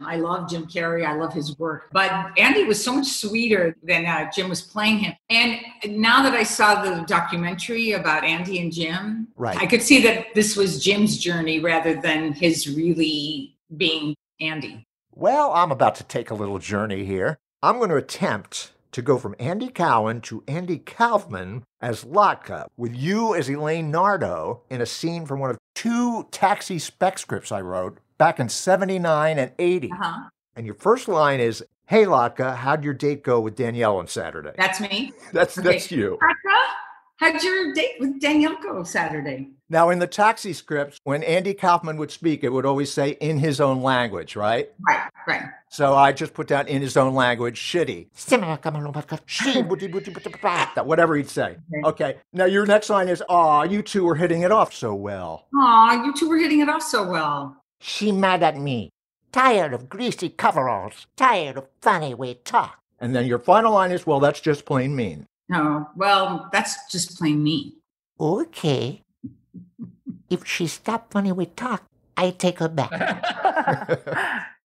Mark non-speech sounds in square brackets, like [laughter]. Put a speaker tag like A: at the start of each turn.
A: I love Jim Carrey. I love his work. But Andy was so much sweeter than uh, Jim was playing him. And now that I saw the documentary about Andy and Jim,
B: Right.
A: I could see that this was Jim's journey rather than his really being Andy.
B: Well, I'm about to take a little journey here. I'm going to attempt to go from Andy Cowan to Andy Kaufman as Lotka, with you as Elaine Nardo in a scene from one of two taxi spec scripts I wrote back in 79 and 80.
A: Uh-huh.
B: And your first line is, Hey Lotka, how'd your date go with Danielle on Saturday?
A: That's me.
B: [laughs] That's,
A: Okay.
B: that's you.
A: Becca, how'd your date with Danielle go Saturday?
B: Now, in the taxi scripts, when Andy Kaufman would speak, it would always say in his own language, right?
A: Right, right.
B: So I just put down in his own language, shitty. That- Whatever he'd say. Okay. Now your next line is, "Aw, you two were hitting it off so well."
A: Aw, you two were hitting it off so well.
B: She mad at me. Tired of greasy coveralls. Tired of funny way talk. And then your final line is, "Well, that's just plain [laughs] mean."
A: No, Oh, well, that's just plain me.
C: Okay. if she stopped funny with talk, I take her back.